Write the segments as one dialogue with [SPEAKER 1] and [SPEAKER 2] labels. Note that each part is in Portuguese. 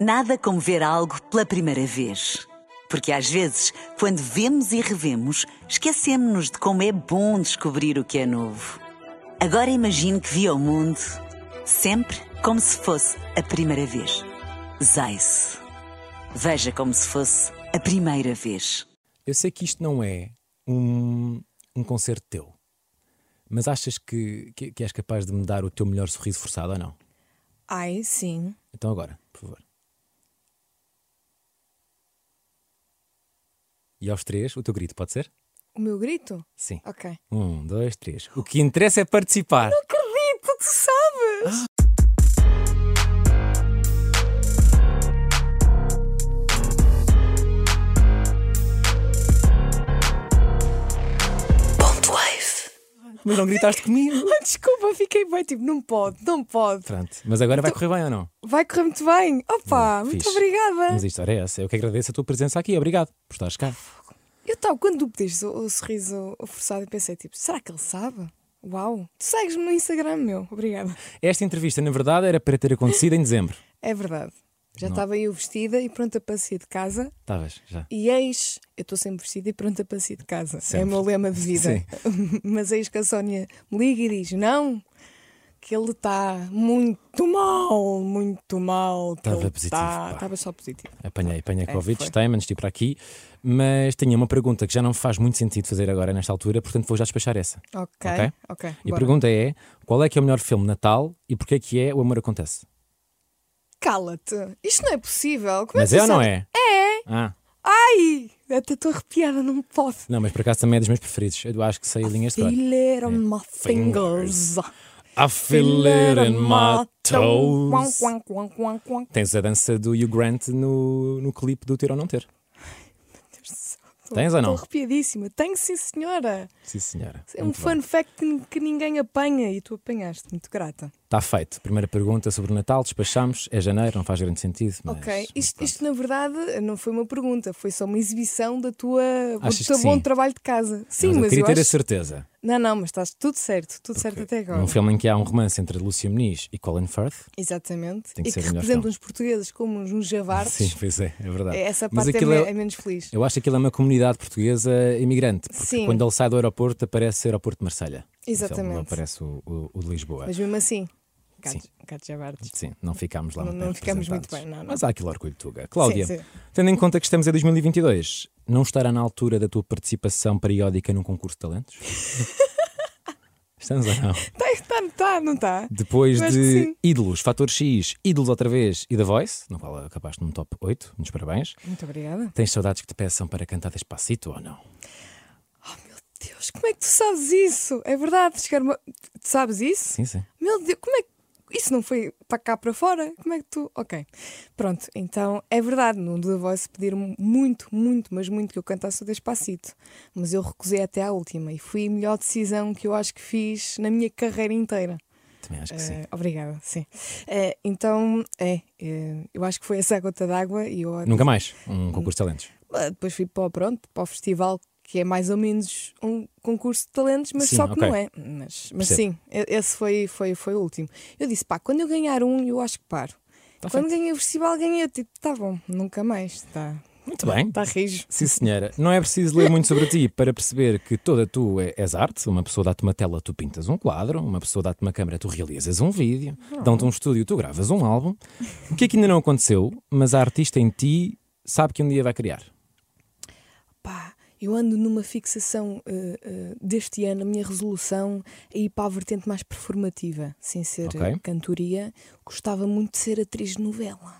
[SPEAKER 1] Nada como ver algo pela primeira vez. Porque às vezes, quando vemos e revemos, esquecemos-nos de como é bom descobrir o que é novo. Agora imagine que viu o mundo sempre como se fosse a primeira vez. Zais. Veja como se fosse a primeira vez.
[SPEAKER 2] Eu sei que isto não é um, um concerto teu, mas achas que, que, que és capaz de me dar o teu melhor sorriso forçado ou não?
[SPEAKER 3] Ai, sim.
[SPEAKER 2] Então agora, por favor. E aos três, o teu grito, pode ser?
[SPEAKER 3] O meu grito?
[SPEAKER 2] Sim.
[SPEAKER 3] Ok.
[SPEAKER 2] Um, dois, três. O que interessa é participar.
[SPEAKER 3] Acredito, tu sabes!
[SPEAKER 2] Mas não gritaste comigo.
[SPEAKER 3] Ah, Desculpa, fiquei bem tipo, não pode, não pode.
[SPEAKER 2] Pronto, mas agora vai correr bem ou não?
[SPEAKER 3] Vai correr muito bem. Opa,
[SPEAKER 2] Hum,
[SPEAKER 3] Então- Ah, muito
[SPEAKER 2] fixe.
[SPEAKER 3] obrigada.
[SPEAKER 2] Mas a história é essa. Eu que agradeço a tua presença aqui. Obrigado por estares cá.
[SPEAKER 3] Eu tal, quando tu pediste o, o sorriso forçado, eu pensei tipo, será que ele sabe? Uau, tu segues-me no Instagram, meu. Obrigada.
[SPEAKER 2] Esta entrevista, na verdade, era para ter acontecido em dezembro.
[SPEAKER 3] É verdade. Já estava eu vestida e pronta para sair de casa.
[SPEAKER 2] Estavas já.
[SPEAKER 3] E eis, eu estou sempre vestida e pronta para sair de casa. É
[SPEAKER 2] Sempre.
[SPEAKER 3] o meu lema de vida. Mas eis que a Sónia me liga e diz: não, que ele está muito mal, muito mal. que
[SPEAKER 2] Estava
[SPEAKER 3] ele
[SPEAKER 2] positivo,
[SPEAKER 3] tá-
[SPEAKER 2] pá.
[SPEAKER 3] Estava só positivo.
[SPEAKER 2] Apanhei, apanhei Covid,
[SPEAKER 3] É, foi.
[SPEAKER 2] está antes de ir para aqui. Mas tinha uma pergunta que já não faz muito sentido fazer agora, nesta altura, portanto vou já despachar essa.
[SPEAKER 3] Ok,
[SPEAKER 2] Ok.
[SPEAKER 3] ok.
[SPEAKER 2] E a
[SPEAKER 3] bora.
[SPEAKER 2] pergunta é: qual é que é o melhor filme de Natal e porquê que é O Amor Acontece?
[SPEAKER 3] Cala-te, isto não é possível. Como
[SPEAKER 2] Mas
[SPEAKER 3] é, que
[SPEAKER 2] é
[SPEAKER 3] tu
[SPEAKER 2] ou não
[SPEAKER 3] sabes?
[SPEAKER 2] é?
[SPEAKER 3] É!
[SPEAKER 2] Ah,
[SPEAKER 3] Ai! Até estou arrepiada, não me posso.
[SPEAKER 2] não, mas por acaso também é dos meus preferidos. Eu acho que sei a linha de cor.
[SPEAKER 3] Filet on my
[SPEAKER 2] Fingers.
[SPEAKER 3] fingers.
[SPEAKER 2] A fileira
[SPEAKER 3] on my
[SPEAKER 2] matou.
[SPEAKER 3] toes. Quam, quam, quam, quam, quam.
[SPEAKER 2] Tens a dança do Hugh Grant no, no clipe do Ter ou Não Ter.
[SPEAKER 3] Tô-
[SPEAKER 2] Tens ou não?
[SPEAKER 3] Estou arrepiadíssima. Tenho, sim, senhora.
[SPEAKER 2] Sim, senhora.
[SPEAKER 3] É um fun fact que n- que ninguém apanha e tu apanhaste. Muito grata.
[SPEAKER 2] Está Tá feito. Primeira pergunta sobre o Natal, despachamos. É janeiro, não faz grande sentido. Mas,
[SPEAKER 3] ok.
[SPEAKER 2] mas
[SPEAKER 3] Isto,
[SPEAKER 2] pronto.
[SPEAKER 3] isto, na verdade, não foi uma pergunta, foi só uma exibição da tua,
[SPEAKER 2] Achas
[SPEAKER 3] do teu
[SPEAKER 2] que
[SPEAKER 3] bom
[SPEAKER 2] sim?
[SPEAKER 3] trabalho de casa. Sim,
[SPEAKER 2] mas eu
[SPEAKER 3] mas
[SPEAKER 2] queria
[SPEAKER 3] eu
[SPEAKER 2] ter a
[SPEAKER 3] acho...
[SPEAKER 2] certeza.
[SPEAKER 3] Não, não, mas estás tudo certo, tudo certo até agora.
[SPEAKER 2] Num filme em que há um romance entre Lúcia Muniz e Colin Firth.
[SPEAKER 3] Exatamente.
[SPEAKER 2] Tem que
[SPEAKER 3] e
[SPEAKER 2] ser
[SPEAKER 3] que
[SPEAKER 2] o melhor
[SPEAKER 3] representa
[SPEAKER 2] filme.
[SPEAKER 3] uns portugueses como uns, uns javardes.
[SPEAKER 2] Sim, pois é, é verdade.
[SPEAKER 3] Essa
[SPEAKER 2] mas
[SPEAKER 3] parte é,
[SPEAKER 2] aquilo
[SPEAKER 3] me- é menos feliz.
[SPEAKER 2] Eu acho que aquilo é uma comunidade portuguesa imigrante. Porque
[SPEAKER 3] Sim.
[SPEAKER 2] quando ele sai do aeroporto, aparece o aeroporto de Marselha. No filme,
[SPEAKER 3] Exatamente.
[SPEAKER 2] Não aparece o, o- o de Lisboa.
[SPEAKER 3] Mas mesmo assim, gatos,
[SPEAKER 2] Sim.
[SPEAKER 3] gatos javardes.
[SPEAKER 2] Sim, não ficámos lá
[SPEAKER 3] Não-
[SPEAKER 2] muito
[SPEAKER 3] não
[SPEAKER 2] bem
[SPEAKER 3] ficámos muito
[SPEAKER 2] representados.
[SPEAKER 3] bem, não, não.
[SPEAKER 2] Mas há aquele orgulho tuga. Cláudia,
[SPEAKER 3] Sim, sim.
[SPEAKER 2] tendo em conta que estamos em 2022, não estará na altura da tua participação periódica num concurso de talentos? estamos ou não?
[SPEAKER 3] Está, está, está, Tá, não tá? está?
[SPEAKER 2] Depois
[SPEAKER 3] Eu acho que
[SPEAKER 2] de
[SPEAKER 3] sim.
[SPEAKER 2] Ídolos, Fator X, Ídolos outra vez e The Voice, no qual acabaste num top 8, muitos parabéns.
[SPEAKER 3] Muito obrigada.
[SPEAKER 2] Tens saudades que te peçam para cantar Despacito ou não?
[SPEAKER 3] Deus, como é que tu sabes isso? É verdade, chegar uma... Tu sabes isso?
[SPEAKER 2] Sim, sim.
[SPEAKER 3] Meu Deus, como é que. Isso não foi para cá para fora? Como é que tu. Ok. Pronto, então é verdade, no The Voice pediram muito, muito, mas muito que eu cantasse o Despacito. Mas eu recusei até à última e foi a melhor decisão que eu acho que fiz na minha carreira inteira.
[SPEAKER 2] Também acho que sim.
[SPEAKER 3] Eh, obrigada, sim. Eh, então, é, eh, eu acho que foi essa a gota d'água e eu
[SPEAKER 2] Nunca mais um concurso de talentos.
[SPEAKER 3] Ah, depois fui para, o- pronto, para o festival que é mais ou menos um concurso de talentos, mas
[SPEAKER 2] Sim,
[SPEAKER 3] só que
[SPEAKER 2] ok.
[SPEAKER 3] não é. Mas, mas
[SPEAKER 2] Percebo.
[SPEAKER 3] sim, e- esse foi, foi, foi o último. Eu disse, pá, quando eu ganhar um, eu acho que paro.
[SPEAKER 2] Tá
[SPEAKER 3] quando ganhei o festival, ganhei, eu tipo, tá bom, nunca mais, está
[SPEAKER 2] Muito bem.
[SPEAKER 3] tá rijo.
[SPEAKER 2] Sim, senhora. Não é preciso ler muito sobre ti para perceber que toda tu é- és arte. Uma pessoa dá-te uma tela, tu pintas um quadro. Uma pessoa dá-te uma câmera, tu realizas um vídeo.
[SPEAKER 3] Ah.
[SPEAKER 2] Dão-te um estúdio, tu gravas um álbum. O que é que ainda não aconteceu, mas a artista em ti sabe que um dia vai criar.
[SPEAKER 3] Pá, eu ando numa fixação eh, eh, deste ano, a minha resolução é ir para a vertente mais performativa, sem ser
[SPEAKER 2] Ok.
[SPEAKER 3] eh, cantoria. Gostava muito de ser atriz de novela.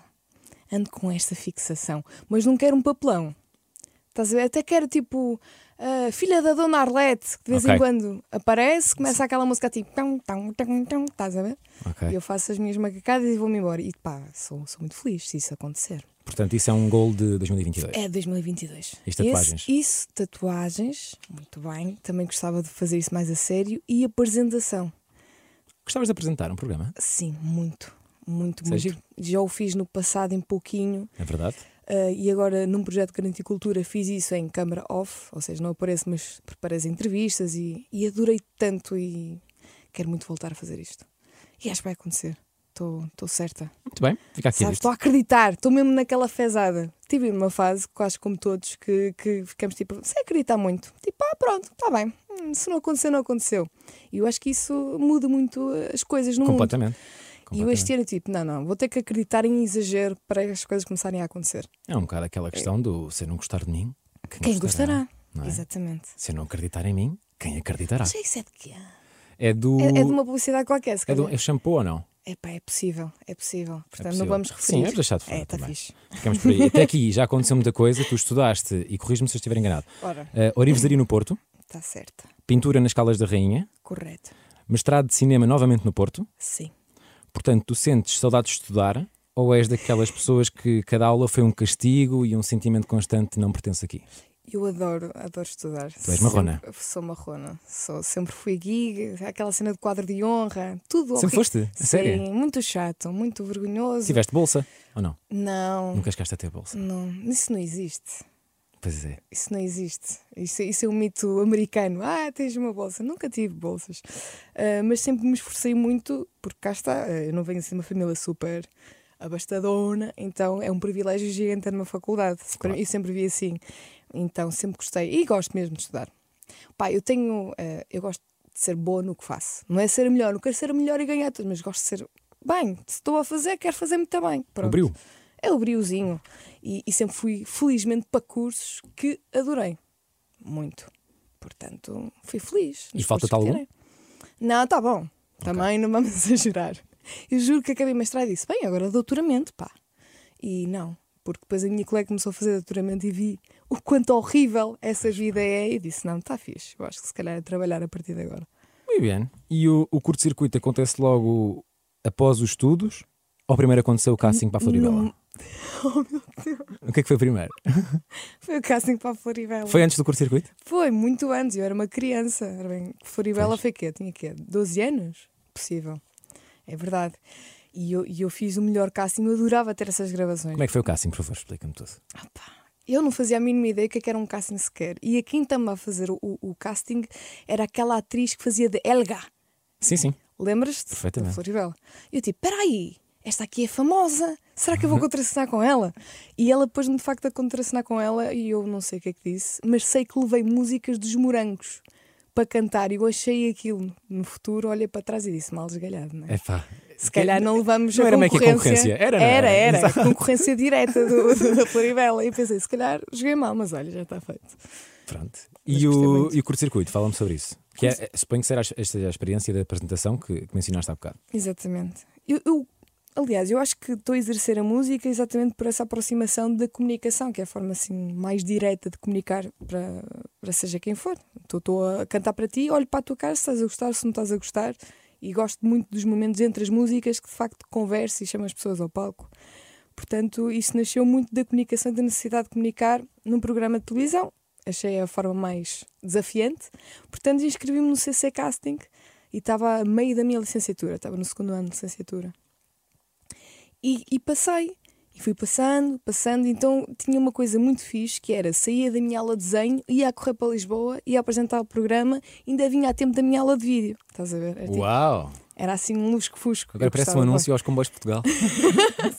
[SPEAKER 3] Ando com esta fixação, mas não quero um papelão. Estás a ver? Até quero tipo a filha da Dona Arlete, que de vez
[SPEAKER 2] Ok.
[SPEAKER 3] em quando aparece, começa aquela música tipo. Tão, tão, tão, tão, estás a ver?
[SPEAKER 2] Ok.
[SPEAKER 3] E eu faço as minhas macacadas e vou-me embora. E pá, sou, sou muito feliz se isso acontecer.
[SPEAKER 2] Portanto, isso é um gol de 2022.
[SPEAKER 3] É 2022.
[SPEAKER 2] E as tatuagens?
[SPEAKER 3] Esse- isso, tatuagens, muito bem. Também gostava de fazer isso mais a sério. E apresentação.
[SPEAKER 2] Gostavas de apresentar um programa?
[SPEAKER 3] Sim, muito. Muito,
[SPEAKER 2] Isso é
[SPEAKER 3] muito.
[SPEAKER 2] giro.
[SPEAKER 3] Já o fiz no passado em pouquinho.
[SPEAKER 2] É verdade?
[SPEAKER 3] ah, e agora, num projeto de Garantia Cultura, fiz isso em câmara off, ou seja, não apareço, mas preparo as entrevistas e, e adorei tanto. E quero muito voltar a fazer isto. E acho que vai acontecer. Estou estou certa.
[SPEAKER 2] Muito bem, fica aqui.
[SPEAKER 3] Sabes,
[SPEAKER 2] dito.
[SPEAKER 3] estou a acreditar, estou mesmo naquela fezada. Tive uma fase, quase como todos, que, que ficamos tipo, sem acreditar muito. Tipo, ah, pronto, está bem. Hum, Se não acontecer, não aconteceu. E eu acho que isso muda muito as coisas no mundo.
[SPEAKER 2] Completamente.
[SPEAKER 3] E eu
[SPEAKER 2] Completamente.
[SPEAKER 3] este ano, tipo, não, não, vou ter que acreditar em exagero para as coisas começarem a acontecer.
[SPEAKER 2] É um bocado aquela questão do se eu não gostar de mim, quem,
[SPEAKER 3] Quem gostará?
[SPEAKER 2] não é?
[SPEAKER 3] Exatamente.
[SPEAKER 2] Se eu não acreditar em mim, quem acreditará?
[SPEAKER 3] Mas isso é de quê?
[SPEAKER 2] É do.
[SPEAKER 3] É, é de uma publicidade qualquer, se
[SPEAKER 2] é do-
[SPEAKER 3] calhar.
[SPEAKER 2] é shampoo ou não?
[SPEAKER 3] Epá, é possível, é possível. Portanto,
[SPEAKER 2] possível.
[SPEAKER 3] não vamos
[SPEAKER 2] Sim,
[SPEAKER 3] referir.
[SPEAKER 2] vamos deixar de fora
[SPEAKER 3] É, está
[SPEAKER 2] também.
[SPEAKER 3] fixe.
[SPEAKER 2] Ficamos por aí. Até aqui já aconteceu muita coisa, tu estudaste e corriges-me se eu estiver enganado.
[SPEAKER 3] Ora,
[SPEAKER 2] Uh, Orivesaria no Porto,
[SPEAKER 3] está certa.
[SPEAKER 2] pintura nas Calas da Rainha,
[SPEAKER 3] Correto.
[SPEAKER 2] mestrado de cinema novamente no Porto.
[SPEAKER 3] Sim.
[SPEAKER 2] Portanto, tu sentes saudades de estudar ou és daquelas pessoas que cada aula foi um castigo e um sentimento constante de não pertence aqui?
[SPEAKER 3] Eu adoro, adoro estudar. Tu
[SPEAKER 2] és marrona?
[SPEAKER 3] sou marrona. Sou, sempre fui geek, aquela cena de quadro de honra, tudo
[SPEAKER 2] Sempre
[SPEAKER 3] horrível.
[SPEAKER 2] foste? A
[SPEAKER 3] Sim,
[SPEAKER 2] sério?
[SPEAKER 3] muito chato, muito vergonhoso.
[SPEAKER 2] Tiveste bolsa ou não?
[SPEAKER 3] Não,
[SPEAKER 2] Nunca chegaste a ter bolsa.
[SPEAKER 3] não, isso não existe.
[SPEAKER 2] Pois é.
[SPEAKER 3] Isso não existe. Isso, isso é um mito americano. Ah, tens uma bolsa. Nunca tive bolsas. Ah, mas sempre me esforcei muito, porque cá está, ah, eu não venho assim de uma família super abastadona, então é um privilégio gigante estar numa faculdade. Se para- Eu sempre vi assim. Então sempre gostei e gosto mesmo de estudar. Pá, eu tenho. ah, eu gosto de ser boa no que faço. Não é ser a melhor, não quero ser a melhor e ganhar tudo, mas gosto de ser bem. Se estou a fazer, quero fazer muito bem. Pronto.
[SPEAKER 2] brio.
[SPEAKER 3] É o briozinho. E, e sempre fui, felizmente, para cursos que adorei. Muito. Portanto, fui feliz.
[SPEAKER 2] E
[SPEAKER 3] nos
[SPEAKER 2] falta-te
[SPEAKER 3] cursos que
[SPEAKER 2] algum?
[SPEAKER 3] tirei. Não, está bom. Também não vamos exagerar. Eu juro que acabei mestrado e disse: bem, agora doutoramento, pá. E não, porque depois a minha colega começou a fazer doutoramento e vi o quanto horrível essa vida é. E disse: não, está fixe. Eu acho que se calhar é trabalhar a partir de agora.
[SPEAKER 2] Muito bem. E o, o curto-circuito acontece logo após os estudos? Ou primeiro aconteceu o casting para a Floribela?
[SPEAKER 3] Oh,
[SPEAKER 2] O que é que foi primeiro?
[SPEAKER 3] Foi o casting para a Floribela.
[SPEAKER 2] Foi antes do curto-circuito?
[SPEAKER 3] Foi, muito antes. Eu era uma criança. Era bem, Floribela foi quê? Tinha quê? 12 anos? Possível. É verdade. E eu, e eu fiz o melhor casting. Eu adorava ter essas gravações.
[SPEAKER 2] Como é que foi o casting, por favor? Explica-me tudo.
[SPEAKER 3] Opa, Eu não fazia a mínima ideia o que é que era um casting sequer. E a quem estava a fazer o, o- o casting era aquela atriz que fazia de Elga.
[SPEAKER 2] Sim, sim.
[SPEAKER 3] Lembras-te?
[SPEAKER 2] Perfeitamente.
[SPEAKER 3] Da Floribela. E eu tipo, peraí, esta aqui é famosa. Será que eu vou
[SPEAKER 2] Uhum.
[SPEAKER 3] contracenar com ela? E ela pôs-me de facto a contracenar com ela e eu não sei o que é que disse, mas sei que levei músicas dos morangos para cantar e eu achei aquilo no futuro, olhei para trás e disse, mal desgalhado, não é?
[SPEAKER 2] É pá.
[SPEAKER 3] Se calhar não levamos
[SPEAKER 2] Não
[SPEAKER 3] a
[SPEAKER 2] era meio que a
[SPEAKER 3] concorrência.
[SPEAKER 2] concorrência, era, não era?
[SPEAKER 3] era, era,
[SPEAKER 2] Exato.
[SPEAKER 3] a concorrência direta do, do- da Floribela. E pensei, se calhar joguei mal, mas olha, já está feito.
[SPEAKER 2] Pronto.
[SPEAKER 3] Mas
[SPEAKER 2] E
[SPEAKER 3] gostei
[SPEAKER 2] o,
[SPEAKER 3] muito.
[SPEAKER 2] e o curto-circuito, fala-me sobre isso. Que é, suponho que será esta a experiência da apresentação que, que mencionaste há bocado.
[SPEAKER 3] Exatamente. Eu, eu- aliás, eu acho que estou a exercer a música exatamente por essa aproximação da comunicação, que é a forma assim mais direta de comunicar para, para seja quem for. Estou- Estou a cantar para ti, olho para a tua cara se estás a gostar, se não estás a gostar. E gosto muito dos momentos entre as músicas que de facto converso e chamo as pessoas ao palco. Portanto, isso nasceu muito da comunicação, da necessidade de comunicar num programa de televisão. Achei a forma mais desafiante. Portanto, inscrevi-me no CC Casting e estava a meio da minha licenciatura, estava no segundo ano de licenciatura. E, e passei. E fui passando, passando. Então tinha uma coisa muito fixe que era saía da minha aula de desenho, ia a correr para Lisboa, ia apresentar o programa, ainda vinha a tempo da minha aula de vídeo. Estás a ver? Era, tipo-
[SPEAKER 2] Uau!
[SPEAKER 3] era assim um lusco-fusco.
[SPEAKER 2] Agora
[SPEAKER 3] Eu
[SPEAKER 2] parece um
[SPEAKER 3] gostava,
[SPEAKER 2] anúncio aos comboios de Portugal.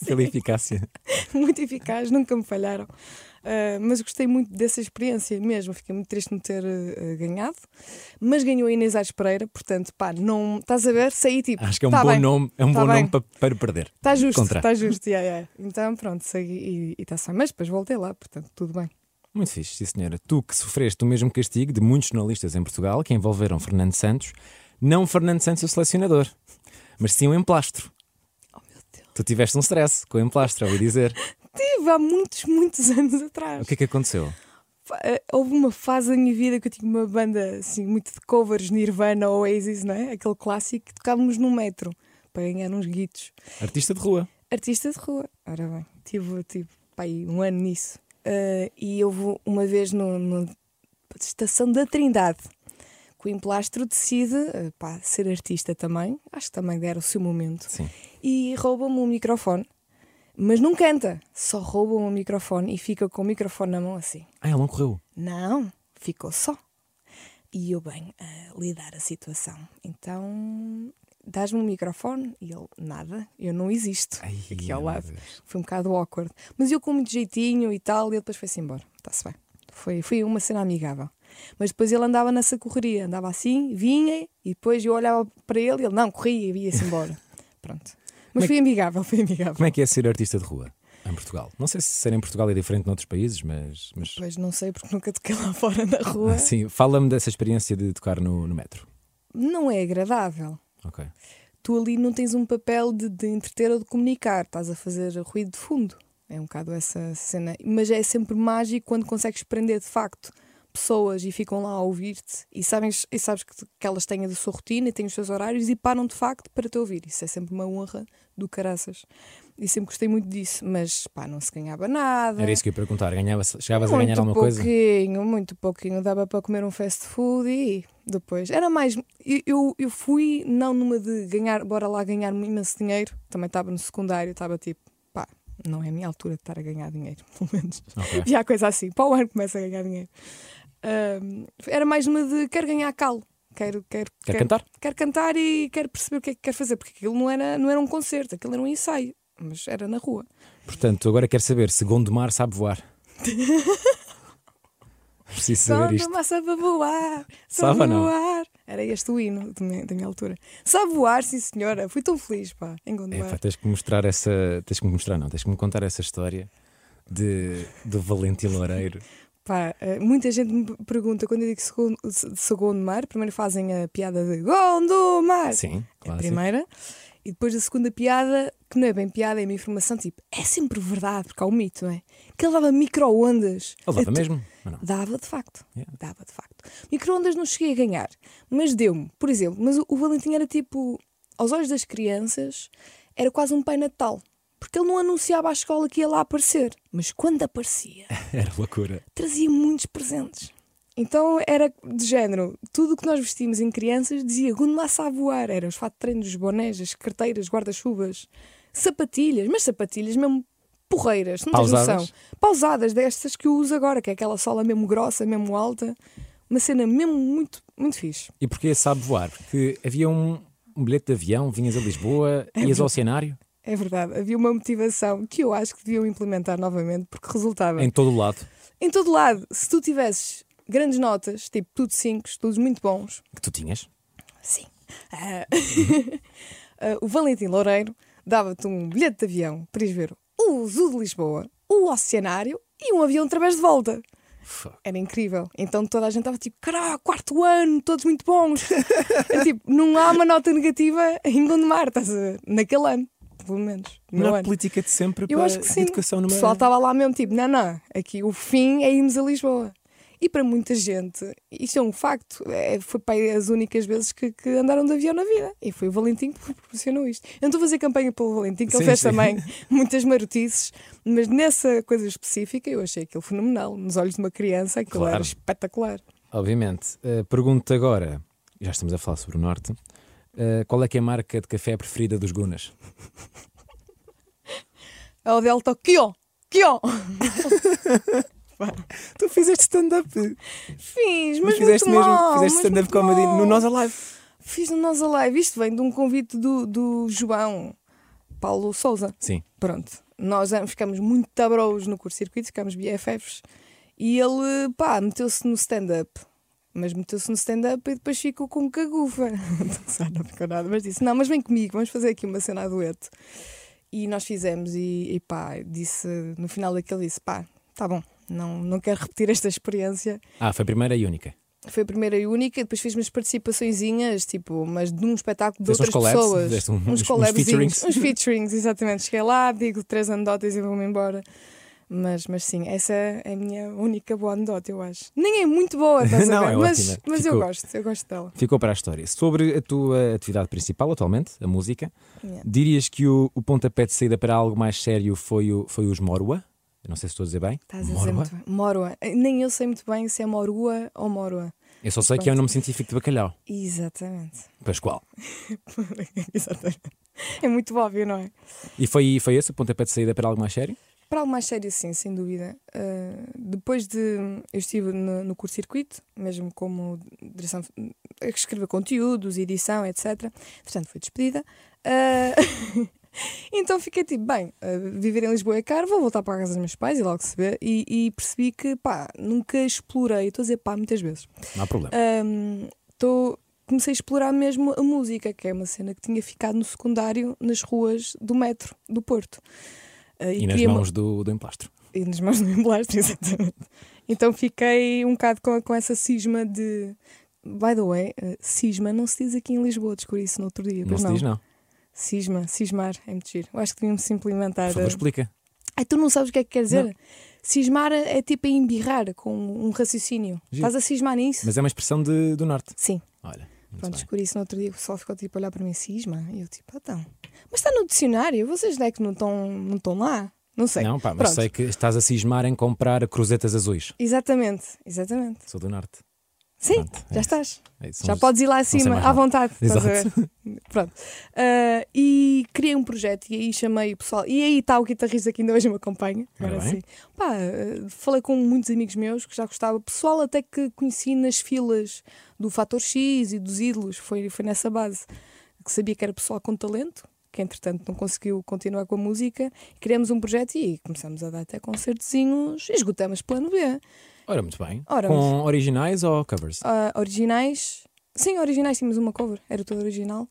[SPEAKER 2] Pela eficácia.
[SPEAKER 3] muito eficaz, nunca me falharam. Ah, mas gostei muito dessa experiência mesmo. Fiquei muito triste de não ter ah, ganhado. Mas ganhou a Inês Aires Pereira, portanto, pá, não. Estás a ver? Saí tipo.
[SPEAKER 2] Acho que é um
[SPEAKER 3] tá
[SPEAKER 2] bom
[SPEAKER 3] bem,
[SPEAKER 2] nome, é um
[SPEAKER 3] tá
[SPEAKER 2] bom
[SPEAKER 3] bem.
[SPEAKER 2] nome para, para perder.
[SPEAKER 3] Está Tá justo,
[SPEAKER 2] Contra.
[SPEAKER 3] está justo. yeah, yeah. Então pronto, saí e está só. Mas depois voltei lá, portanto, tudo bem.
[SPEAKER 2] Muito fixe, sim senhora. Tu que sofreste o mesmo castigo de muitos jornalistas em Portugal que envolveram Fernando Santos, não Fernando Santos o selecionador, mas sim o emplastro.
[SPEAKER 3] Oh meu Deus.
[SPEAKER 2] Tu tiveste um stress com o emplastro, ouvi dizer.
[SPEAKER 3] Tive há muitos, muitos anos atrás.
[SPEAKER 2] O que é que aconteceu?
[SPEAKER 3] Fa- eh, Houve uma fase da minha vida que eu tinha uma banda assim, muito de covers, Nirvana, Oasis, não é? Aquele clássico que tocávamos no metro para ganhar uns guitos.
[SPEAKER 2] Artista de rua.
[SPEAKER 3] artista de rua. Ora bem, tive, tive pá, aí um ano nisso. Ah, e houve uma vez no- na estação da Trindade que o Emplastro decide ah, pá, ser artista também. Acho que também era o seu momento.
[SPEAKER 2] Sim.
[SPEAKER 3] E rouba-me um microfone, mas não canta, só rouba-me um microfone e fica com o microfone na mão assim.
[SPEAKER 2] Ah, ele não correu.
[SPEAKER 3] Não, ficou só. E eu, bem, a lidar a situação. Então dás-me um microfone? E ele, nada, eu não existo.
[SPEAKER 2] Ai,
[SPEAKER 3] aqui ao
[SPEAKER 2] meu
[SPEAKER 3] lado.
[SPEAKER 2] Deus.
[SPEAKER 3] Foi um bocado awkward. Mas eu com muito jeitinho e tal, e ele depois foi-se embora. Está-se bem. Foi, foi uma cena amigável. Mas depois ele andava nessa correria, andava assim, vinha, e depois eu olhava para ele e ele, não, corria e ia-se embora. Pronto. Mas
[SPEAKER 2] é
[SPEAKER 3] foi amigável, foi amigável.
[SPEAKER 2] Como é que é ser artista de rua em Portugal? Não sei se ser em Portugal é diferente noutros países, mas. mas... Ah,
[SPEAKER 3] Pois não sei, porque nunca toquei lá fora na rua.
[SPEAKER 2] Sim, fala-me dessa experiência de tocar no, no metro.
[SPEAKER 3] Não é agradável.
[SPEAKER 2] Ok.
[SPEAKER 3] tu ali não tens um papel de, de entreter ou de comunicar, estás a fazer ruído de fundo. É um bocado essa cena. Mas é sempre mágico quando consegues prender de facto pessoas e ficam lá a ouvir-te e, sabes- e sabes que, que elas têm a sua rotina e têm os seus horários e param de facto para te ouvir. Isso é sempre uma honra do caraças. E sempre gostei muito disso, mas pá, não se ganhava nada.
[SPEAKER 2] Era isso que eu ia perguntar. Ganhava, chegavas a ganhar
[SPEAKER 3] é. Muito
[SPEAKER 2] alguma coisa?
[SPEAKER 3] pouquinho, muito pouquinho. Dava para comer um fast food e depois. Era mais. eu- Eu, eu fui não numa de ganhar, bora lá ganhar imenso dinheiro. Também estava no secundário, estava tipo, pá, não é a minha altura de estar a ganhar dinheiro, pelo menos.
[SPEAKER 2] Ok.
[SPEAKER 3] Já coisa assim, para o ano começa a ganhar dinheiro. Ahm, era mais numa de quero ganhar calo. Quero, quero,
[SPEAKER 2] Quer cantar?
[SPEAKER 3] quero cantar e quero perceber o que é que quero fazer, porque aquilo não era, não era um concerto, aquilo era um ensaio, mas era na rua.
[SPEAKER 2] Portanto, agora quero saber se Gondomar sabe voar. Preciso saber
[SPEAKER 3] Quando
[SPEAKER 2] isto.
[SPEAKER 3] uma sabe voar,
[SPEAKER 2] Sabe
[SPEAKER 3] sabe
[SPEAKER 2] ou não?
[SPEAKER 3] voar. Era este o hino da minha, da minha altura. Sabe voar, sim senhora. Fui tão feliz, pá, em
[SPEAKER 2] É, pá,
[SPEAKER 3] Gondomar.
[SPEAKER 2] tens que mostrar essa. Tens que me mostrar, não, tens que me contar essa história de, do Valentim Loureiro.
[SPEAKER 3] Pá, eh, muita gente me pergunta quando eu digo segundo, se- sou Gondomar, primeiro fazem a piada de Gondomar.
[SPEAKER 2] Sim,
[SPEAKER 3] A
[SPEAKER 2] claro. sim.
[SPEAKER 3] primeira. E depois a segunda piada, que não é bem piada, é uma informação tipo, é sempre verdade, porque há um mito, não é? Que ele dava micro-ondas.
[SPEAKER 2] Ele
[SPEAKER 3] a
[SPEAKER 2] dava
[SPEAKER 3] tu-
[SPEAKER 2] mesmo? ou não?
[SPEAKER 3] Dava de facto.
[SPEAKER 2] Yeah.
[SPEAKER 3] Dava de facto. Microondas não cheguei a ganhar, mas deu-me, por exemplo, mas o, o Valentim era tipo, aos olhos das crianças, era quase um pai natal. Porque ele não anunciava à escola que ia lá aparecer. Mas quando aparecia,
[SPEAKER 2] Era loucura.
[SPEAKER 3] trazia muitos presentes. Então era de género, tudo o que nós vestimos em crianças dizia Gundmassa a voar. Eram os fato de treinos, os bonés, as carteiras, guarda-chuvas, sapatilhas, mas sapatilhas mesmo porreiras, não tens
[SPEAKER 2] Pausadas?
[SPEAKER 3] noção. Pausadas destas que eu uso agora, que é aquela sola mesmo grossa, mesmo alta. Uma cena mesmo muito, muito fixe.
[SPEAKER 2] E porquê sabe voar? Porque havia um, um bilhete de avião, vinhas a Lisboa, ias ao cenário,
[SPEAKER 3] É verdade, havia uma motivação que eu acho que deviam implementar novamente porque resultava.
[SPEAKER 2] em todo o lado,
[SPEAKER 3] Em todo lado, se tu tivesses grandes notas, tipo tudo 5, estudos muito bons,
[SPEAKER 2] que tu tinhas.
[SPEAKER 3] Sim. Ah, ah, o Valentim Loureiro dava-te um bilhete de avião para ires ver o Zoo de Lisboa, o Oceanário e um avião através de volta.
[SPEAKER 2] Fuck.
[SPEAKER 3] Era incrível. Então toda a gente estava tipo, caraca, quarto ano, todos muito bons. É tipo, não há uma nota negativa em Gondomar, estás a ver? Naquele ano, pelo menos. no
[SPEAKER 2] Melhor
[SPEAKER 3] ano.
[SPEAKER 2] política de sempre
[SPEAKER 3] Eu
[SPEAKER 2] para
[SPEAKER 3] acho que sim.
[SPEAKER 2] a educação
[SPEAKER 3] o
[SPEAKER 2] numa...
[SPEAKER 3] pessoal estava lá mesmo tipo, não, não, aqui o fim é irmos a Lisboa. E para muita gente, isto é um facto, é, foi pá, as únicas vezes que, que andaram de avião na vida. E foi o Valentim que proporcionou isto. Eu não estou a fazer campanha pelo Valentim, que
[SPEAKER 2] Sim,
[SPEAKER 3] ele fez
[SPEAKER 2] sim.
[SPEAKER 3] também muitas marotices, mas nessa coisa específica eu achei aquilo fenomenal. Nos olhos de uma criança, aquilo
[SPEAKER 2] Claro.
[SPEAKER 3] era espetacular.
[SPEAKER 2] Obviamente. Uh, pergunto agora, já estamos a falar sobre o Norte, uh, qual é que é a marca de café preferida dos Gunas?
[SPEAKER 3] É o Delta Kion! Kion!
[SPEAKER 2] Tu fizeste stand-up.
[SPEAKER 3] Fiz, mas muito mal, mas muito mal.
[SPEAKER 2] Alive.
[SPEAKER 3] Fiz no Nós Alive. Isto vem de um convite do, do João Paulo Souza.
[SPEAKER 2] Sim.
[SPEAKER 3] Pronto, nós ambos ficamos muito tabros no curto-circuito, ficamos BFFs. E ele, pá, meteu-se no stand-up. Mas meteu-se no stand-up e depois ficou com cagufa. Não sei, não ficou nada, mas disse: Não, mas vem comigo, vamos fazer aqui uma cena a dueto. E nós fizemos, e, e pá, disse, no final daquilo, disse: Pá, tá bom, não, não quero repetir esta experiência
[SPEAKER 2] Ah, foi a primeira e única.
[SPEAKER 3] foi a primeira e única, depois fiz umas participaçõezinhas, tipo, mas de um espetáculo de
[SPEAKER 2] Fizeste uns
[SPEAKER 3] outras
[SPEAKER 2] collabs,
[SPEAKER 3] pessoas.
[SPEAKER 2] fizeste um- uns- uns
[SPEAKER 3] collabzinhos,
[SPEAKER 2] featurings.
[SPEAKER 3] Uns featurings, exatamente. Cheguei lá, digo três anedotas e vou-me embora. Mas, mas sim, essa é a minha única boa anedota, eu acho. Nem é muito boa, estás a
[SPEAKER 2] Não,
[SPEAKER 3] ver?
[SPEAKER 2] é
[SPEAKER 3] mas
[SPEAKER 2] ótima.
[SPEAKER 3] mas eu
[SPEAKER 2] Ficou.
[SPEAKER 3] gosto, eu gosto dela.
[SPEAKER 2] Ficou para a história. Sobre a tua atividade principal atualmente, a música,
[SPEAKER 3] Yeah.
[SPEAKER 2] dirias que o, o pontapé de saída para algo mais sério foi, o, foi os Morua? Eu não sei se estou a dizer bem.
[SPEAKER 3] Estás a dizer muito bem. Moroa. Nem eu sei muito bem se é Morua ou Moroa.
[SPEAKER 2] Eu só sei que é o nome científico de bacalhau.
[SPEAKER 3] Exatamente.
[SPEAKER 2] Pascoal.
[SPEAKER 3] exatamente. É muito óbvio, não é?
[SPEAKER 2] E foi, foi esse o pontapé de saída para algo mais sério?
[SPEAKER 3] para algo mais sério, sim, sem dúvida. Ah, depois de. Eu estive no, no curto-circuito, mesmo como direção. a escrever conteúdos, edição, etc. Portanto, fui despedida. Ah, então fiquei tipo, bem, ah, viver em Lisboa é caro, vou voltar para a casa dos meus pais e logo se vê. E, e percebi que, pá, nunca explorei. Estou a dizer pá muitas vezes.
[SPEAKER 2] Não há
[SPEAKER 3] Eh,
[SPEAKER 2] problema.
[SPEAKER 3] Ahm, tô- comecei a explorar mesmo a música, que é uma cena que tinha ficado no secundário nas ruas do metro do Porto. Ah,
[SPEAKER 2] E nas
[SPEAKER 3] queria-
[SPEAKER 2] mãos do, do emplastro.
[SPEAKER 3] E nas mãos do emblastro, exatamente. Então fiquei um bocado com, com essa cisma de. By the way, ah, cisma não se diz aqui em Lisboa, descobri isso no outro dia.
[SPEAKER 2] Não
[SPEAKER 3] pois
[SPEAKER 2] se diz, não.
[SPEAKER 3] Cisma, cismar, é muito giro. Eu acho que devíamos
[SPEAKER 2] Por
[SPEAKER 3] implementar.
[SPEAKER 2] favor,
[SPEAKER 3] ah,
[SPEAKER 2] explica.
[SPEAKER 3] Ai, tu não sabes o que é que quer dizer?
[SPEAKER 2] Não.
[SPEAKER 3] Cismar é tipo a embirrar com um raciocínio.
[SPEAKER 2] Giro.
[SPEAKER 3] Estás a cismar nisso?
[SPEAKER 2] Mas é uma expressão de- do norte.
[SPEAKER 3] Sim.
[SPEAKER 2] Olha. muito
[SPEAKER 3] Pronto,
[SPEAKER 2] bem.
[SPEAKER 3] descobri isso no outro dia, o pessoal ficou tipo a olhar para mim, cisma. E eu tipo, ah, então. Mas está no dicionário, vocês não é que não estão não estão lá? Não sei.
[SPEAKER 2] Não, pá, mas
[SPEAKER 3] Pronto.
[SPEAKER 2] sei que estás a cismar em comprar cruzetas azuis.
[SPEAKER 3] Exatamente, exatamente.
[SPEAKER 2] Sou do norte.
[SPEAKER 3] Sim,
[SPEAKER 2] Pronto, é
[SPEAKER 3] já estás.
[SPEAKER 2] É isso,
[SPEAKER 3] já
[SPEAKER 2] são-
[SPEAKER 3] podes ir lá
[SPEAKER 2] sei
[SPEAKER 3] acima,
[SPEAKER 2] mais
[SPEAKER 3] à
[SPEAKER 2] nada.
[SPEAKER 3] vontade. estás a
[SPEAKER 2] Exato.
[SPEAKER 3] ver? Pronto. Ah, e criei um projeto e aí chamei o pessoal. E aí está o guitarrista que ainda hoje me acompanha. Agora
[SPEAKER 2] Ora bem.
[SPEAKER 3] sim. Pá, ah, falei com muitos amigos meus que já gostava. Pessoal até que conheci nas filas do Fator X e dos Ídolos. Foi, foi nessa base. Que sabia que era pessoal com talento. Que entretanto não conseguiu continuar com a música. Criamos um projeto e começamos a dar até concertezinhos. e Esgotamos plano B.
[SPEAKER 2] Ora, muito bem.
[SPEAKER 3] Ora,
[SPEAKER 2] Com
[SPEAKER 3] mas-
[SPEAKER 2] originais ou covers?
[SPEAKER 3] Ah, originais. Sim, originais tínhamos uma cover, era tudo original.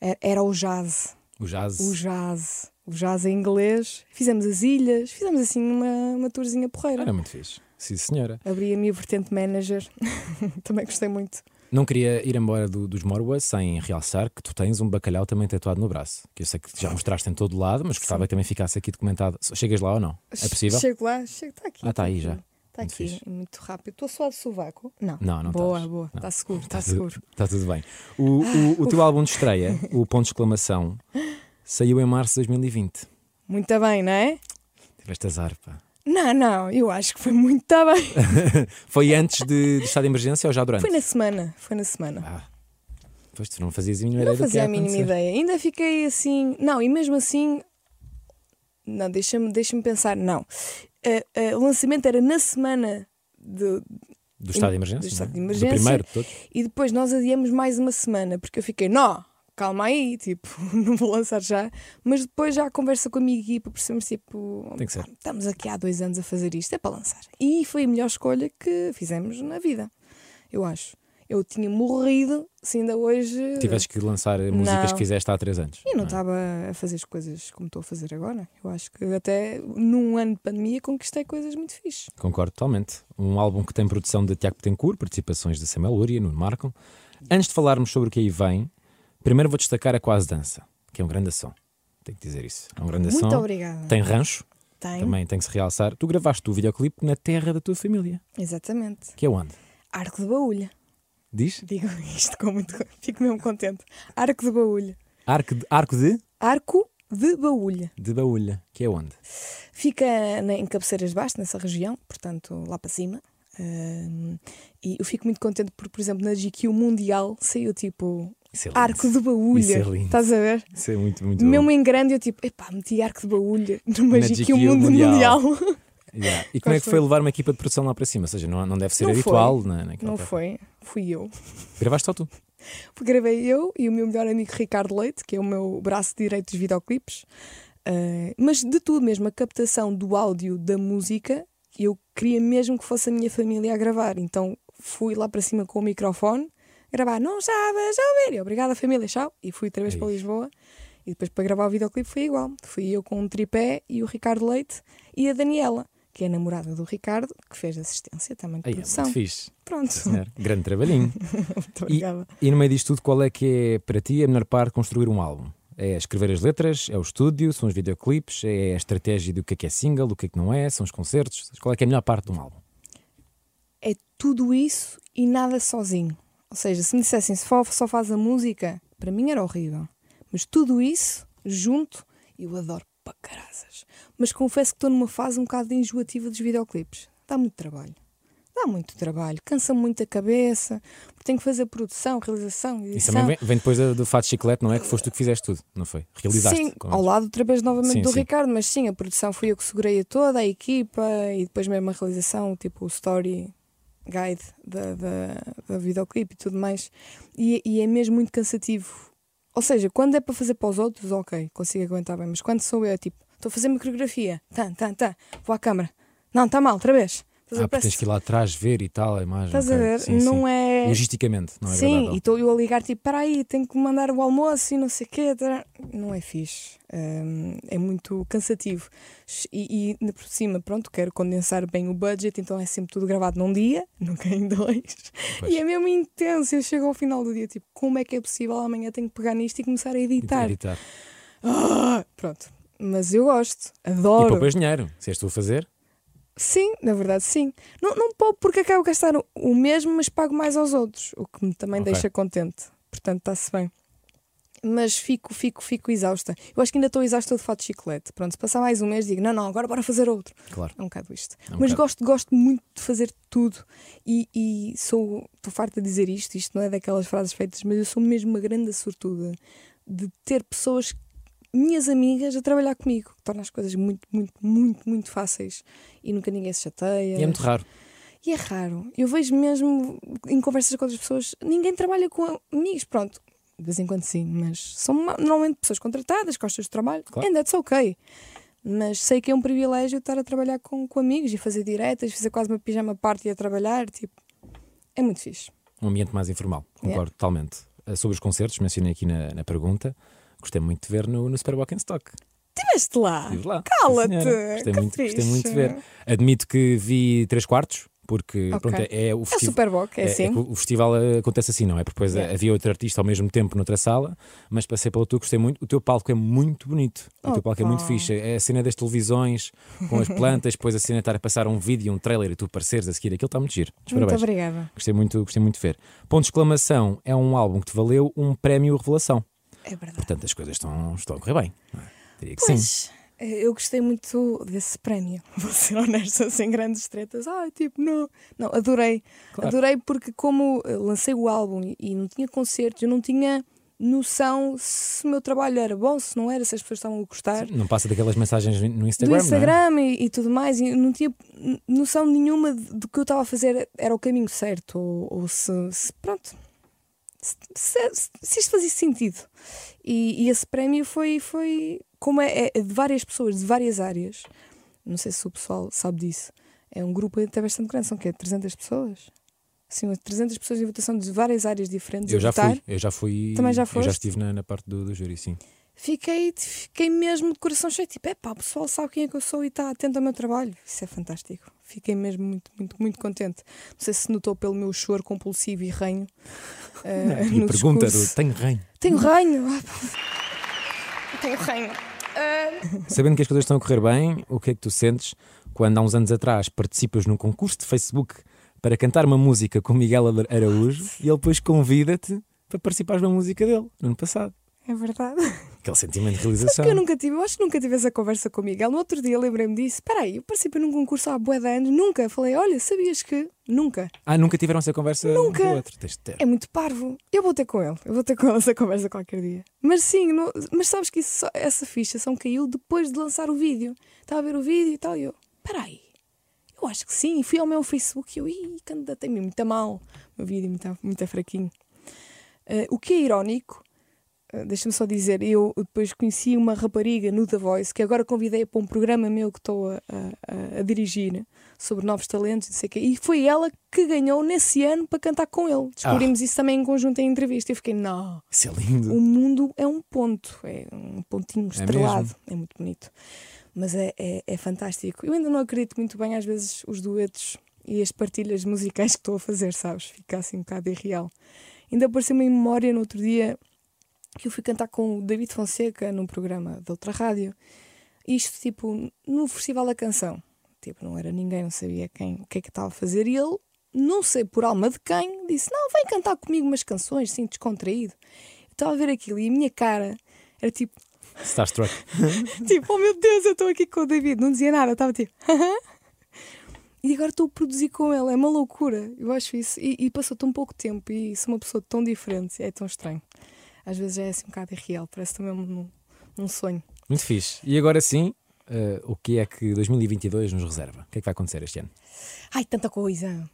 [SPEAKER 3] Era, era o jazz.
[SPEAKER 2] O jazz.
[SPEAKER 3] O jazz. O jazz em inglês. Fizemos as ilhas, fizemos assim uma, uma tourzinha porreira.
[SPEAKER 2] Era muito fixe. Sim, senhora.
[SPEAKER 3] Abri a minha vertente manager. Também gostei muito.
[SPEAKER 2] Não queria ir embora do- dos Morwa sem realçar que tu tens um bacalhau também tatuado no braço. Que eu sei que já mostraste em todo lado, mas gostava que também ficasse aqui documentado. Chegas lá ou não? É possível?
[SPEAKER 3] Chego lá, chego, está aqui.
[SPEAKER 2] Ah, tá aí já.
[SPEAKER 3] Está
[SPEAKER 2] Muito
[SPEAKER 3] aqui,
[SPEAKER 2] fixe.
[SPEAKER 3] é muito rápido. Estou só de sovaco? Não.
[SPEAKER 2] Não, não
[SPEAKER 3] Boa,
[SPEAKER 2] estás.
[SPEAKER 3] boa.
[SPEAKER 2] Não.
[SPEAKER 3] Está seguro, está
[SPEAKER 2] Está
[SPEAKER 3] seguro. Ah,
[SPEAKER 2] tudo, tá tudo bem. O, o- o teu álbum de estreia, o Ponto de Exclamação, saiu em março de 2020.
[SPEAKER 3] Muito bem, não é?
[SPEAKER 2] Tiveste azar, pá.
[SPEAKER 3] Não, não, eu acho que foi muito tá bem.
[SPEAKER 2] Foi antes de, de estado de emergência ou já durante?
[SPEAKER 3] Foi na semana, foi na semana.
[SPEAKER 2] Ah, pois tu não fazias a mínima
[SPEAKER 3] Não
[SPEAKER 2] ideia do que
[SPEAKER 3] fazia
[SPEAKER 2] ia
[SPEAKER 3] a mínima
[SPEAKER 2] acontecer.
[SPEAKER 3] ideia. Ainda fiquei assim. Não, e mesmo assim. Não, deixa-me deixa pensar. Não. Eh, eh, o lançamento era na semana de-
[SPEAKER 2] Do estado de emergência?
[SPEAKER 3] do estado
[SPEAKER 2] não é?
[SPEAKER 3] de emergência.
[SPEAKER 2] primeiro de todos.
[SPEAKER 3] e depois nós adiamos mais uma semana, porque eu fiquei, não, calma aí, tipo, não vou lançar já. Mas depois já a conversa com a minha equipa, percebemos, tipo,
[SPEAKER 2] Tem que ser.
[SPEAKER 3] "Ah, estamos aqui há dois anos a fazer isto, é para lançar. E foi a melhor escolha que fizemos na vida, eu acho. Eu tinha morrido se ainda hoje.
[SPEAKER 2] Tiveste que lançar músicas que fizeste há três anos.
[SPEAKER 3] E não
[SPEAKER 2] é?
[SPEAKER 3] estava a fazer as coisas como estou a fazer agora. Eu acho que até num ano de pandemia conquistei coisas muito fixe.
[SPEAKER 2] Concordo totalmente. Um álbum que tem produção de Tiago Betancourt, participações de Samuel Lúria, Nuno Marco. Antes de falarmos sobre o que aí vem, primeiro vou destacar a Quase Dança, que é um grande som. Tenho que dizer isso. É um grande som.
[SPEAKER 3] Muito obrigada.
[SPEAKER 2] Tem rancho,
[SPEAKER 3] Tem.
[SPEAKER 2] também tem que se realçar. Tu gravaste o videoclipe na terra da tua família,
[SPEAKER 3] Exatamente.
[SPEAKER 2] que é onde?
[SPEAKER 3] Arco de baúlha.
[SPEAKER 2] Diz?
[SPEAKER 3] Digo isto com muito. Fico mesmo contente. Arco de baúlha.
[SPEAKER 2] Arco de, Arco de,
[SPEAKER 3] Arco de baúlha.
[SPEAKER 2] de Baúlha, que é onde?
[SPEAKER 3] Fica na- em Cabeceiras de Baixo, nessa região, portanto, lá para cima. Ahm, e eu fico muito contente porque, por exemplo, na GQ Mundial saiu tipo
[SPEAKER 2] Isso é lindo.
[SPEAKER 3] Arco de Baúlha.
[SPEAKER 2] Isso é lindo.
[SPEAKER 3] Estás a ver?
[SPEAKER 2] Isso é muito, muito
[SPEAKER 3] Mesmo
[SPEAKER 2] bom.
[SPEAKER 3] em grande, eu tipo, epá, meti arco de baúlha numa
[SPEAKER 2] Na
[SPEAKER 3] GQ
[SPEAKER 2] GQ
[SPEAKER 3] Mundo Mundial.
[SPEAKER 2] Mundial. Yeah. E como é que foi levar uma equipa de produção lá para cima? Ou seja, não, não deve ser
[SPEAKER 3] Não foi.
[SPEAKER 2] habitual. na- naquela
[SPEAKER 3] Não
[SPEAKER 2] terra.
[SPEAKER 3] foi, fui eu.
[SPEAKER 2] Gravaste só tu.
[SPEAKER 3] Gravei eu e o meu melhor amigo Ricardo Leite, que é o meu braço direito dos videoclipes. Ah, mas de tudo mesmo, a captação do áudio da música, eu queria mesmo que fosse a minha família a gravar. Então fui lá para cima com o microfone, gravar, não sabes ouvir. E Obrigada família, tchau. E fui outra vez
[SPEAKER 2] É
[SPEAKER 3] para
[SPEAKER 2] isso.
[SPEAKER 3] Lisboa. E depois para gravar o videoclipe foi igual. Fui eu com um tripé e o Ricardo Leite e a Daniela, que é a namorada do Ricardo, que fez assistência também de
[SPEAKER 2] Aí, é
[SPEAKER 3] produção.
[SPEAKER 2] muito fixe.
[SPEAKER 3] Pronto,
[SPEAKER 2] Senhor. Grande trabalhinho.
[SPEAKER 3] muito
[SPEAKER 2] E,
[SPEAKER 3] obrigada.
[SPEAKER 2] e no meio disto tudo, qual é que é para ti a melhor parte de construir um álbum? É escrever as letras, é o estúdio, são os videoclipes, é a estratégia do que é que é single, o que é que não é, são os concertos. Qual é que é a melhor parte de um álbum?
[SPEAKER 3] é tudo isso e nada sozinho. Ou seja, se me dissessem só, só faz a música, para mim era horrível. Mas tudo isso junto, eu adoro para caraças. Mas confesso que estou numa fase um bocado enjoativa dos videoclipes. Dá muito trabalho. Dá dá muito trabalho, cansa muito a cabeça, porque tenho que fazer produção, realização,
[SPEAKER 2] Isso
[SPEAKER 3] edição.
[SPEAKER 2] também vem, vem depois da- do fato de chiclete, não é? Que foste tu que fizeste tudo, não foi? Realizaste.
[SPEAKER 3] Sim,
[SPEAKER 2] como é
[SPEAKER 3] ao
[SPEAKER 2] que-
[SPEAKER 3] lado outra vez novamente
[SPEAKER 2] Sim,
[SPEAKER 3] do
[SPEAKER 2] sim.
[SPEAKER 3] Ricardo, mas sim, a produção fui eu que segurei a toda, a equipa e depois mesmo a realização, tipo o story guide da, da, da videoclipe e tudo mais. E, e é mesmo muito cansativo. Ou seja, quando é para fazer para os outros, ok, consigo aguentar bem, mas quando sou eu, é tipo, estou a fazer uma coreografia, tá, tá, tá, vou à câmara, não, está mal, outra vez. Estás a
[SPEAKER 2] Ah, porque tens
[SPEAKER 3] parece-
[SPEAKER 2] que ir lá atrás ver e tal, a imagem.
[SPEAKER 3] Estás a
[SPEAKER 2] ok.
[SPEAKER 3] ver?
[SPEAKER 2] Sim,
[SPEAKER 3] não
[SPEAKER 2] sim.
[SPEAKER 3] é.
[SPEAKER 2] Logisticamente, não é
[SPEAKER 3] Sim,
[SPEAKER 2] agradável.
[SPEAKER 3] e estou eu a ligar tipo, para aí, tenho que mandar o almoço e não sei o quê. tará. Não é fixe. Hum, é muito cansativo. E, e ainda por cima, pronto, quero condensar bem o budget, então é sempre tudo gravado num dia, nunca em dois.
[SPEAKER 2] Pois.
[SPEAKER 3] E é mesmo intenso. Eu chego ao final do dia, tipo, como é que é possível? Amanhã tenho que pegar nisto e começar a editar.
[SPEAKER 2] Editar.
[SPEAKER 3] Ah, pronto. Mas eu gosto,
[SPEAKER 2] E
[SPEAKER 3] adoro.
[SPEAKER 2] poupas dinheiro, se és tu a fazer.
[SPEAKER 3] Sim, na verdade, sim. Não, não poupo porque acabo de gastar o- o mesmo, mas pago mais aos outros, o que me também
[SPEAKER 2] Ok.
[SPEAKER 3] deixa contente. Portanto, está-se bem. Mas fico, fico, fico exausta. Eu acho que ainda estou exausta de fato de chiclete. Pronto, se passar mais um mês, digo: não, não, agora bora fazer outro.
[SPEAKER 2] Claro.
[SPEAKER 3] É um bocado isto.
[SPEAKER 2] É um
[SPEAKER 3] Mas
[SPEAKER 2] bocado.
[SPEAKER 3] gosto, gosto muito de fazer tudo. E, e sou. Estou farta de dizer isto, isto não é daquelas frases feitas, mas eu sou mesmo uma grande sortuda de ter pessoas, minhas amigas, a trabalhar comigo. que Torna as coisas muito, muito, muito, muito fáceis. E nunca ninguém se chateia.
[SPEAKER 2] E é muito raro.
[SPEAKER 3] E é raro. Eu vejo mesmo em conversas com outras pessoas, ninguém trabalha com amigos. Pronto, de vez em quando sim, mas são ma- normalmente pessoas contratadas, gostas de trabalho,
[SPEAKER 2] Claro.
[SPEAKER 3] and that's ok. Mas sei que é um privilégio estar a trabalhar com, com amigos e fazer diretas, fazer quase uma pijama party a trabalhar, tipo, é muito fixe.
[SPEAKER 2] um ambiente mais informal, concordo
[SPEAKER 3] Yeah.
[SPEAKER 2] totalmente. Uh, Sobre os concertos, mencionei aqui na, na pergunta, gostei muito de ver no, no Super Walk in Stock.
[SPEAKER 3] Estiveste lá!
[SPEAKER 2] Estive lá.
[SPEAKER 3] cala-te,
[SPEAKER 2] Sim, senhora. Gostei
[SPEAKER 3] que
[SPEAKER 2] muito, gostei
[SPEAKER 3] fixe.
[SPEAKER 2] muito de ver. Admito que vi três quartos, porque
[SPEAKER 3] Ok.
[SPEAKER 2] pronto, é, é o
[SPEAKER 3] É o
[SPEAKER 2] festival.
[SPEAKER 3] Superboc, é,
[SPEAKER 2] é- é
[SPEAKER 3] assim.
[SPEAKER 2] que o festival eh, acontece assim, não é? Porque depois eh,
[SPEAKER 3] Yeah.
[SPEAKER 2] havia outro artista ao mesmo tempo noutra sala, mas passei pelo teu, gostei muito. O teu palco é muito bonito. O teu palco é muito
[SPEAKER 3] Opa.
[SPEAKER 2] fixe. É a cena das televisões, com as plantas, depois a cena de estar a passar um vídeo, um trailer e tu apareceres a seguir. Aquilo está muito giro. Mas
[SPEAKER 3] muito
[SPEAKER 2] parabéns.
[SPEAKER 3] obrigada.
[SPEAKER 2] Gostei muito, gostei muito de ver. Ponto de exclamação é um álbum que te valeu um prémio revelação.
[SPEAKER 3] É verdade.
[SPEAKER 2] Portanto, as coisas estão, estão a correr bem. não é? Diria que sim.
[SPEAKER 3] Pois, eh, eu gostei muito desse prémio. Vou ser honesta, sem grandes tretas. Ah, tipo, não. Não, adorei.
[SPEAKER 2] Claro.
[SPEAKER 3] Adorei porque, como eh, lancei o álbum e- e não tinha concertos, eu não tinha noção se o meu trabalho era bom, se não era, se as pessoas estavam a gostar.
[SPEAKER 2] Não passa daquelas mensagens no
[SPEAKER 3] Do
[SPEAKER 2] Instagram. é?
[SPEAKER 3] Instagram e, e tudo mais, e eu não tinha n- noção nenhuma de, de que eu estava a fazer era o caminho certo, ou, ou se, se- pronto, se, se- se isto fazia sentido. E, e esse prémio foi, foi como é, é de várias pessoas, de várias áreas. Não sei se o pessoal sabe disso. É um grupo até bastante grande, são o quê? 300 pessoas? Sim, umas 300 pessoas em votação de várias áreas diferentes.
[SPEAKER 2] não é? Eu
[SPEAKER 3] a
[SPEAKER 2] já
[SPEAKER 3] votar.
[SPEAKER 2] fui. Eu já fui.
[SPEAKER 3] Também já
[SPEAKER 2] Eu
[SPEAKER 3] foste?
[SPEAKER 2] já estive na, na parte do, do júri, sim.
[SPEAKER 3] fiquei, fiquei mesmo de coração cheio. Tipo, é pá, o pessoal sabe quem é que eu sou e está atento ao meu trabalho. Isso é fantástico. Fiquei mesmo muito, muito, muito contente. Não sei se notou pelo meu choro compulsivo e ranho. eh,
[SPEAKER 2] E
[SPEAKER 3] no
[SPEAKER 2] a pergunta
[SPEAKER 3] discurso.
[SPEAKER 2] do Tenho Reino.
[SPEAKER 3] Tenho ranho. Ah, pá. Tenho ranho. Ah,
[SPEAKER 2] Sabendo que as coisas estão a correr bem, o que é que tu sentes quando há uns anos atrás participas num concurso de Facebook para cantar uma música com Miguel Araújo e ele depois convida-te para participares na música dele, no ano passado?
[SPEAKER 3] é verdade.
[SPEAKER 2] Aquele sentimento de
[SPEAKER 3] Sabes
[SPEAKER 2] realização.
[SPEAKER 3] que eu nunca tive, eu acho que nunca tive essa conversa com o Miguel. No outro dia lembrei-me disso. Espera aí, eu participei num concurso há bué de anos, nunca. Falei, olha, sabias que? Nunca.
[SPEAKER 2] Ah, nunca tiveram essa conversa
[SPEAKER 3] Nunca.
[SPEAKER 2] um com o outro. Tens de ter.
[SPEAKER 3] É muito parvo. Eu vou ter com ele. Eu vou ter com ele essa conversa qualquer dia. Mas sim, não- mas sabes que isso só- essa ficha só me caiu depois de lançar o vídeo. Estava a ver o vídeo e tal. E eu, peraí, eu acho que sim. E fui ao meu Facebook e eu, ih, candidatei-me muito a mal. O meu vídeo muito, muito fraquinho. Eh, o que é irónico, eh, deixa-me só dizer, eu depois conheci uma rapariga no The Voice que agora convidei para um programa meu que estou a, a- a- a dirigir sobre novos talentos e não sei o quê. E foi ela que ganhou nesse ano para cantar com ele. Descobrimos isso também em conjunto em entrevista. Eu fiquei, não,
[SPEAKER 2] Isso é lindo.
[SPEAKER 3] o mundo é um ponto, é um pontinho
[SPEAKER 2] É
[SPEAKER 3] estrelado,
[SPEAKER 2] mesmo.
[SPEAKER 3] é, muito bonito. Mas é, é, é fantástico. Eu ainda não acredito muito bem, às vezes, os duetos e as partilhas musicais que estou a fazer, sabes? Fica assim um bocado irreal. Ainda apareceu-me em memória no outro dia que eu fui cantar com o David Fonseca num programa da outra rádio. Isto, tipo, no Festival da Canção. Tipo, não era ninguém, não sabia quem, o que é que estava a fazer. E ele, não sei por alma de quem, disse: Não, vem cantar comigo umas canções, assim, descontraído. Eu estava a ver aquilo e a minha cara era tipo,
[SPEAKER 2] Starstruck.
[SPEAKER 3] tipo, oh meu Deus, eu estou aqui com o David. Não dizia nada, eu estava tipo, "Hã?" e agora estou a produzir com ele. É uma loucura. Eu acho isso. E, e passou tão pouco tempo e sou uma pessoa tão diferente. É tão estranho. Às vezes é assim um bocado irreal. Parece também um, um sonho.
[SPEAKER 2] Muito fixe. E agora sim, eh, o que é que 2022 nos reserva? O que é que vai acontecer este ano?
[SPEAKER 3] Ai, tanta coisa!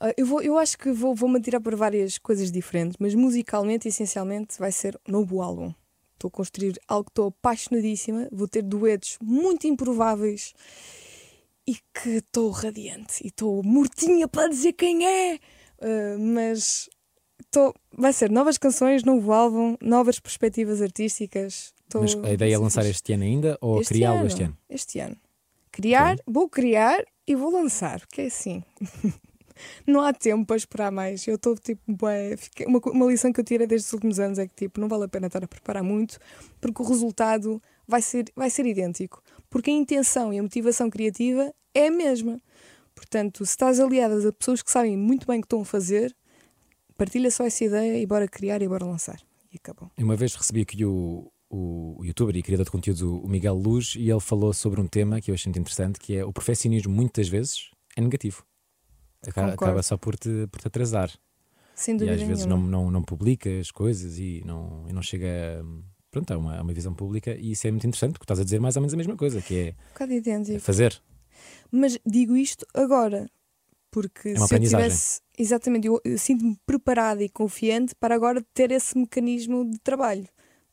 [SPEAKER 3] Ah, Eu, vou, eu acho que vou, vou me atirar por várias coisas diferentes, mas musicalmente e essencialmente vai ser um novo álbum. Estou a construir algo que estou apaixonadíssima, vou ter duetos muito improváveis e que estou radiante e estou mortinha para dizer quem é! Ah, mas estou vai ser novas canções, novo álbum, novas perspectivas artísticas. Estou-
[SPEAKER 2] Mas a ideia é lançar este ano ainda ou
[SPEAKER 3] este
[SPEAKER 2] criá-lo
[SPEAKER 3] ano,
[SPEAKER 2] este ano?
[SPEAKER 3] Este ano. Criar, vou criar e vou lançar, porque é assim. não há tempo para esperar mais. Eu estou tipo, bué, fiquei- uma, co- uma lição que eu tirei desde os últimos anos é que tipo, não vale a pena estar a preparar muito, porque o resultado vai ser, vai ser idêntico. Porque a intenção e a motivação criativa é a mesma. Portanto, se estás aliadas a pessoas que sabem muito bem o que estão a fazer, partilha só essa ideia e bora criar e bora lançar. E acabou.
[SPEAKER 2] Uma vez recebi aqui o, o, o youtuber e criador de conteúdos, o, o Miguel Luz, e ele falou sobre um tema que eu achei muito interessante, que é o perfeccionismo muitas vezes é negativo. Acaba,
[SPEAKER 3] Concordo.
[SPEAKER 2] acaba só por te, por te atrasar.
[SPEAKER 3] Sem
[SPEAKER 2] E
[SPEAKER 3] dúvida
[SPEAKER 2] às vezes
[SPEAKER 3] nenhuma.
[SPEAKER 2] não, não, não publica as coisas e não, e não chega hum, pronto, a, uma, a uma visão pública. E isso é muito interessante, porque estás a dizer mais ou menos a mesma coisa, que
[SPEAKER 3] Um bocado
[SPEAKER 2] é, é
[SPEAKER 3] idêntico.
[SPEAKER 2] fazer.
[SPEAKER 3] Mas digo isto agora, porque
[SPEAKER 2] É uma
[SPEAKER 3] se eu
[SPEAKER 2] aprendizagem.
[SPEAKER 3] tivesse. Exatamente, eu, eu sinto-me preparada e confiante para agora ter esse mecanismo de trabalho.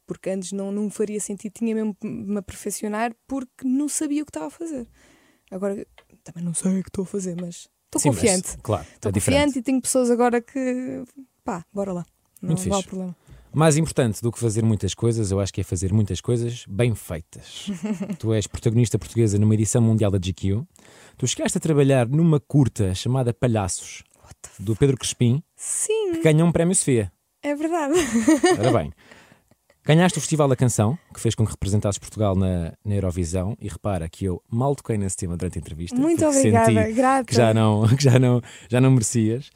[SPEAKER 3] Porque antes não, não me faria sentido, tinha mesmo que me aperfeccionar porque não sabia o que estava a fazer. Agora também não sei o que estou a fazer, mas
[SPEAKER 2] Sim,
[SPEAKER 3] estou
[SPEAKER 2] mas,
[SPEAKER 3] confiante.
[SPEAKER 2] claro,
[SPEAKER 3] Estou
[SPEAKER 2] é diferente.
[SPEAKER 3] confiante e tenho pessoas agora que. pá, bora lá. Não,
[SPEAKER 2] Muito
[SPEAKER 3] não há
[SPEAKER 2] fixe.
[SPEAKER 3] problema.
[SPEAKER 2] Mais importante do que fazer muitas coisas, eu acho que é fazer muitas coisas bem feitas. tu és protagonista portuguesa numa edição mundial da GQ. Tu chegaste a trabalhar numa curta chamada Palhaços, do Pedro Crespim,
[SPEAKER 3] Sim,
[SPEAKER 2] que ganhou um prémio Sofia.
[SPEAKER 3] é verdade.
[SPEAKER 2] Ora bem. Ganhaste o Festival da Canção, que fez com que representasses Portugal na, na Eurovisão. E repara que eu mal toquei nesse tema durante a entrevista.
[SPEAKER 3] Muito
[SPEAKER 2] porque
[SPEAKER 3] obrigada,
[SPEAKER 2] senti
[SPEAKER 3] grata.
[SPEAKER 2] que já não, que já não, já não merecias.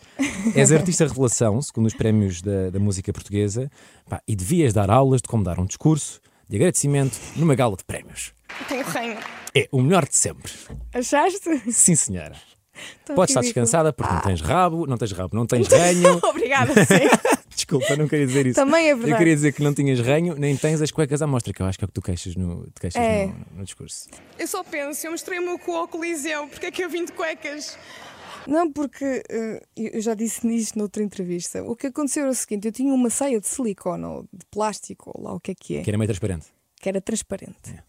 [SPEAKER 2] És artista revelação, segundo os prémios da, da música portuguesa, Pá, e devias dar aulas de como dar um discurso de agradecimento numa gala de prémios.
[SPEAKER 3] Tenho reino.
[SPEAKER 2] É o melhor de sempre.
[SPEAKER 3] Achaste?
[SPEAKER 2] Sim, senhora.
[SPEAKER 3] Tão
[SPEAKER 2] Podes estar
[SPEAKER 3] ridículo. Ah.
[SPEAKER 2] descansada porque não tens rabo, não tens rabo, não tens ranho.
[SPEAKER 3] Obrigada, sim.
[SPEAKER 2] Desculpa, não queria dizer isso.
[SPEAKER 3] Também é
[SPEAKER 2] Eu
[SPEAKER 3] verdade.
[SPEAKER 2] queria dizer que não tinhas ranho, nem tens as cuecas à mostra, que eu acho que é o que tu queixas no, te queixas
[SPEAKER 3] É.
[SPEAKER 2] no, no discurso.
[SPEAKER 4] Eu só penso, eu mostrei o meu cu ao Coliseu, porque é que eu vim de cuecas?
[SPEAKER 3] Não, porque eh, eu eu já disse nisto noutra entrevista. O que aconteceu era o seguinte: eu tinha uma saia de silicone ou de plástico, ou lá o que é que é,
[SPEAKER 2] Que era meio transparente.
[SPEAKER 3] que era transparente.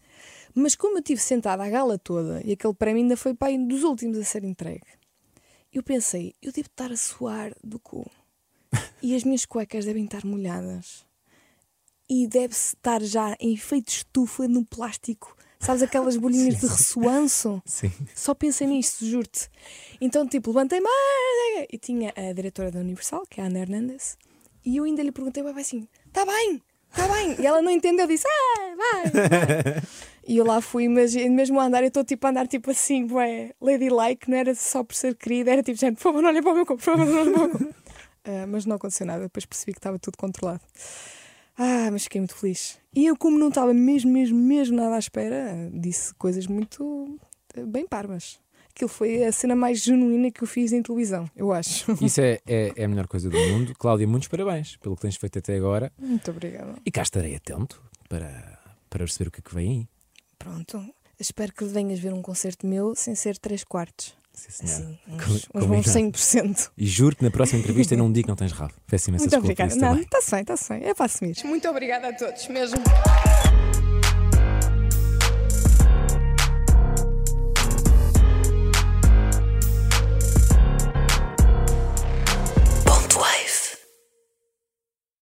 [SPEAKER 3] Mas como eu estive sentada a gala toda e aquele prémio ainda foi para aí dos últimos a ser entregue, eu pensei: eu devo estar a suar do cu e as minhas cuecas devem estar molhadas e deve-se estar já em efeito estufa no plástico. Sabes aquelas bolinhas de ressoanço?
[SPEAKER 2] Sim.
[SPEAKER 3] Só pensei nisto, juro-te. Então, tipo, levantei-me "Ah!" e tinha a diretora da Universal, que é a Ana Hernandes, e eu ainda lhe perguntei, vai assim, tá bem, tá bem. E ela não entendeu, disse, ah, vai, vai." E eu lá fui, mas mesmo a andar, eu estou tipo a andar tipo assim, ué, ladylike, não era só por ser querida, era tipo, gente, por favor, não olhem para o meu corpo, por favor, não olhem para o meu corpo. Ah, mas não aconteceu nada, depois percebi que estava tudo controlado. Ah, mas fiquei muito feliz. E eu, como não estava mesmo, mesmo, mesmo nada à espera, disse coisas muito eh, bem parvas. Aquilo foi a cena mais genuína que eu fiz em televisão, eu acho.
[SPEAKER 2] Isso é, é, é a melhor coisa do mundo. Cláudia, muitos parabéns pelo que tens feito até agora.
[SPEAKER 3] Muito obrigada.
[SPEAKER 2] E cá estarei atento para, para perceber o que é que vem aí.
[SPEAKER 3] Pronto. Espero que venhas ver um concerto meu sem ser 3 quartos.
[SPEAKER 2] Sim, senhora.
[SPEAKER 3] Assim,
[SPEAKER 2] Com-
[SPEAKER 3] uns, uns bons
[SPEAKER 2] combinado.
[SPEAKER 3] 100%.
[SPEAKER 2] E juro que na próxima entrevista não digo que não tens rabo. Peço imensa
[SPEAKER 3] Muito
[SPEAKER 2] desculpa por
[SPEAKER 3] obrigada.
[SPEAKER 2] isso
[SPEAKER 3] Não, tá
[SPEAKER 2] também.
[SPEAKER 3] está bem, está bem. É para assumir.
[SPEAKER 4] Muito obrigada a todos, mesmo.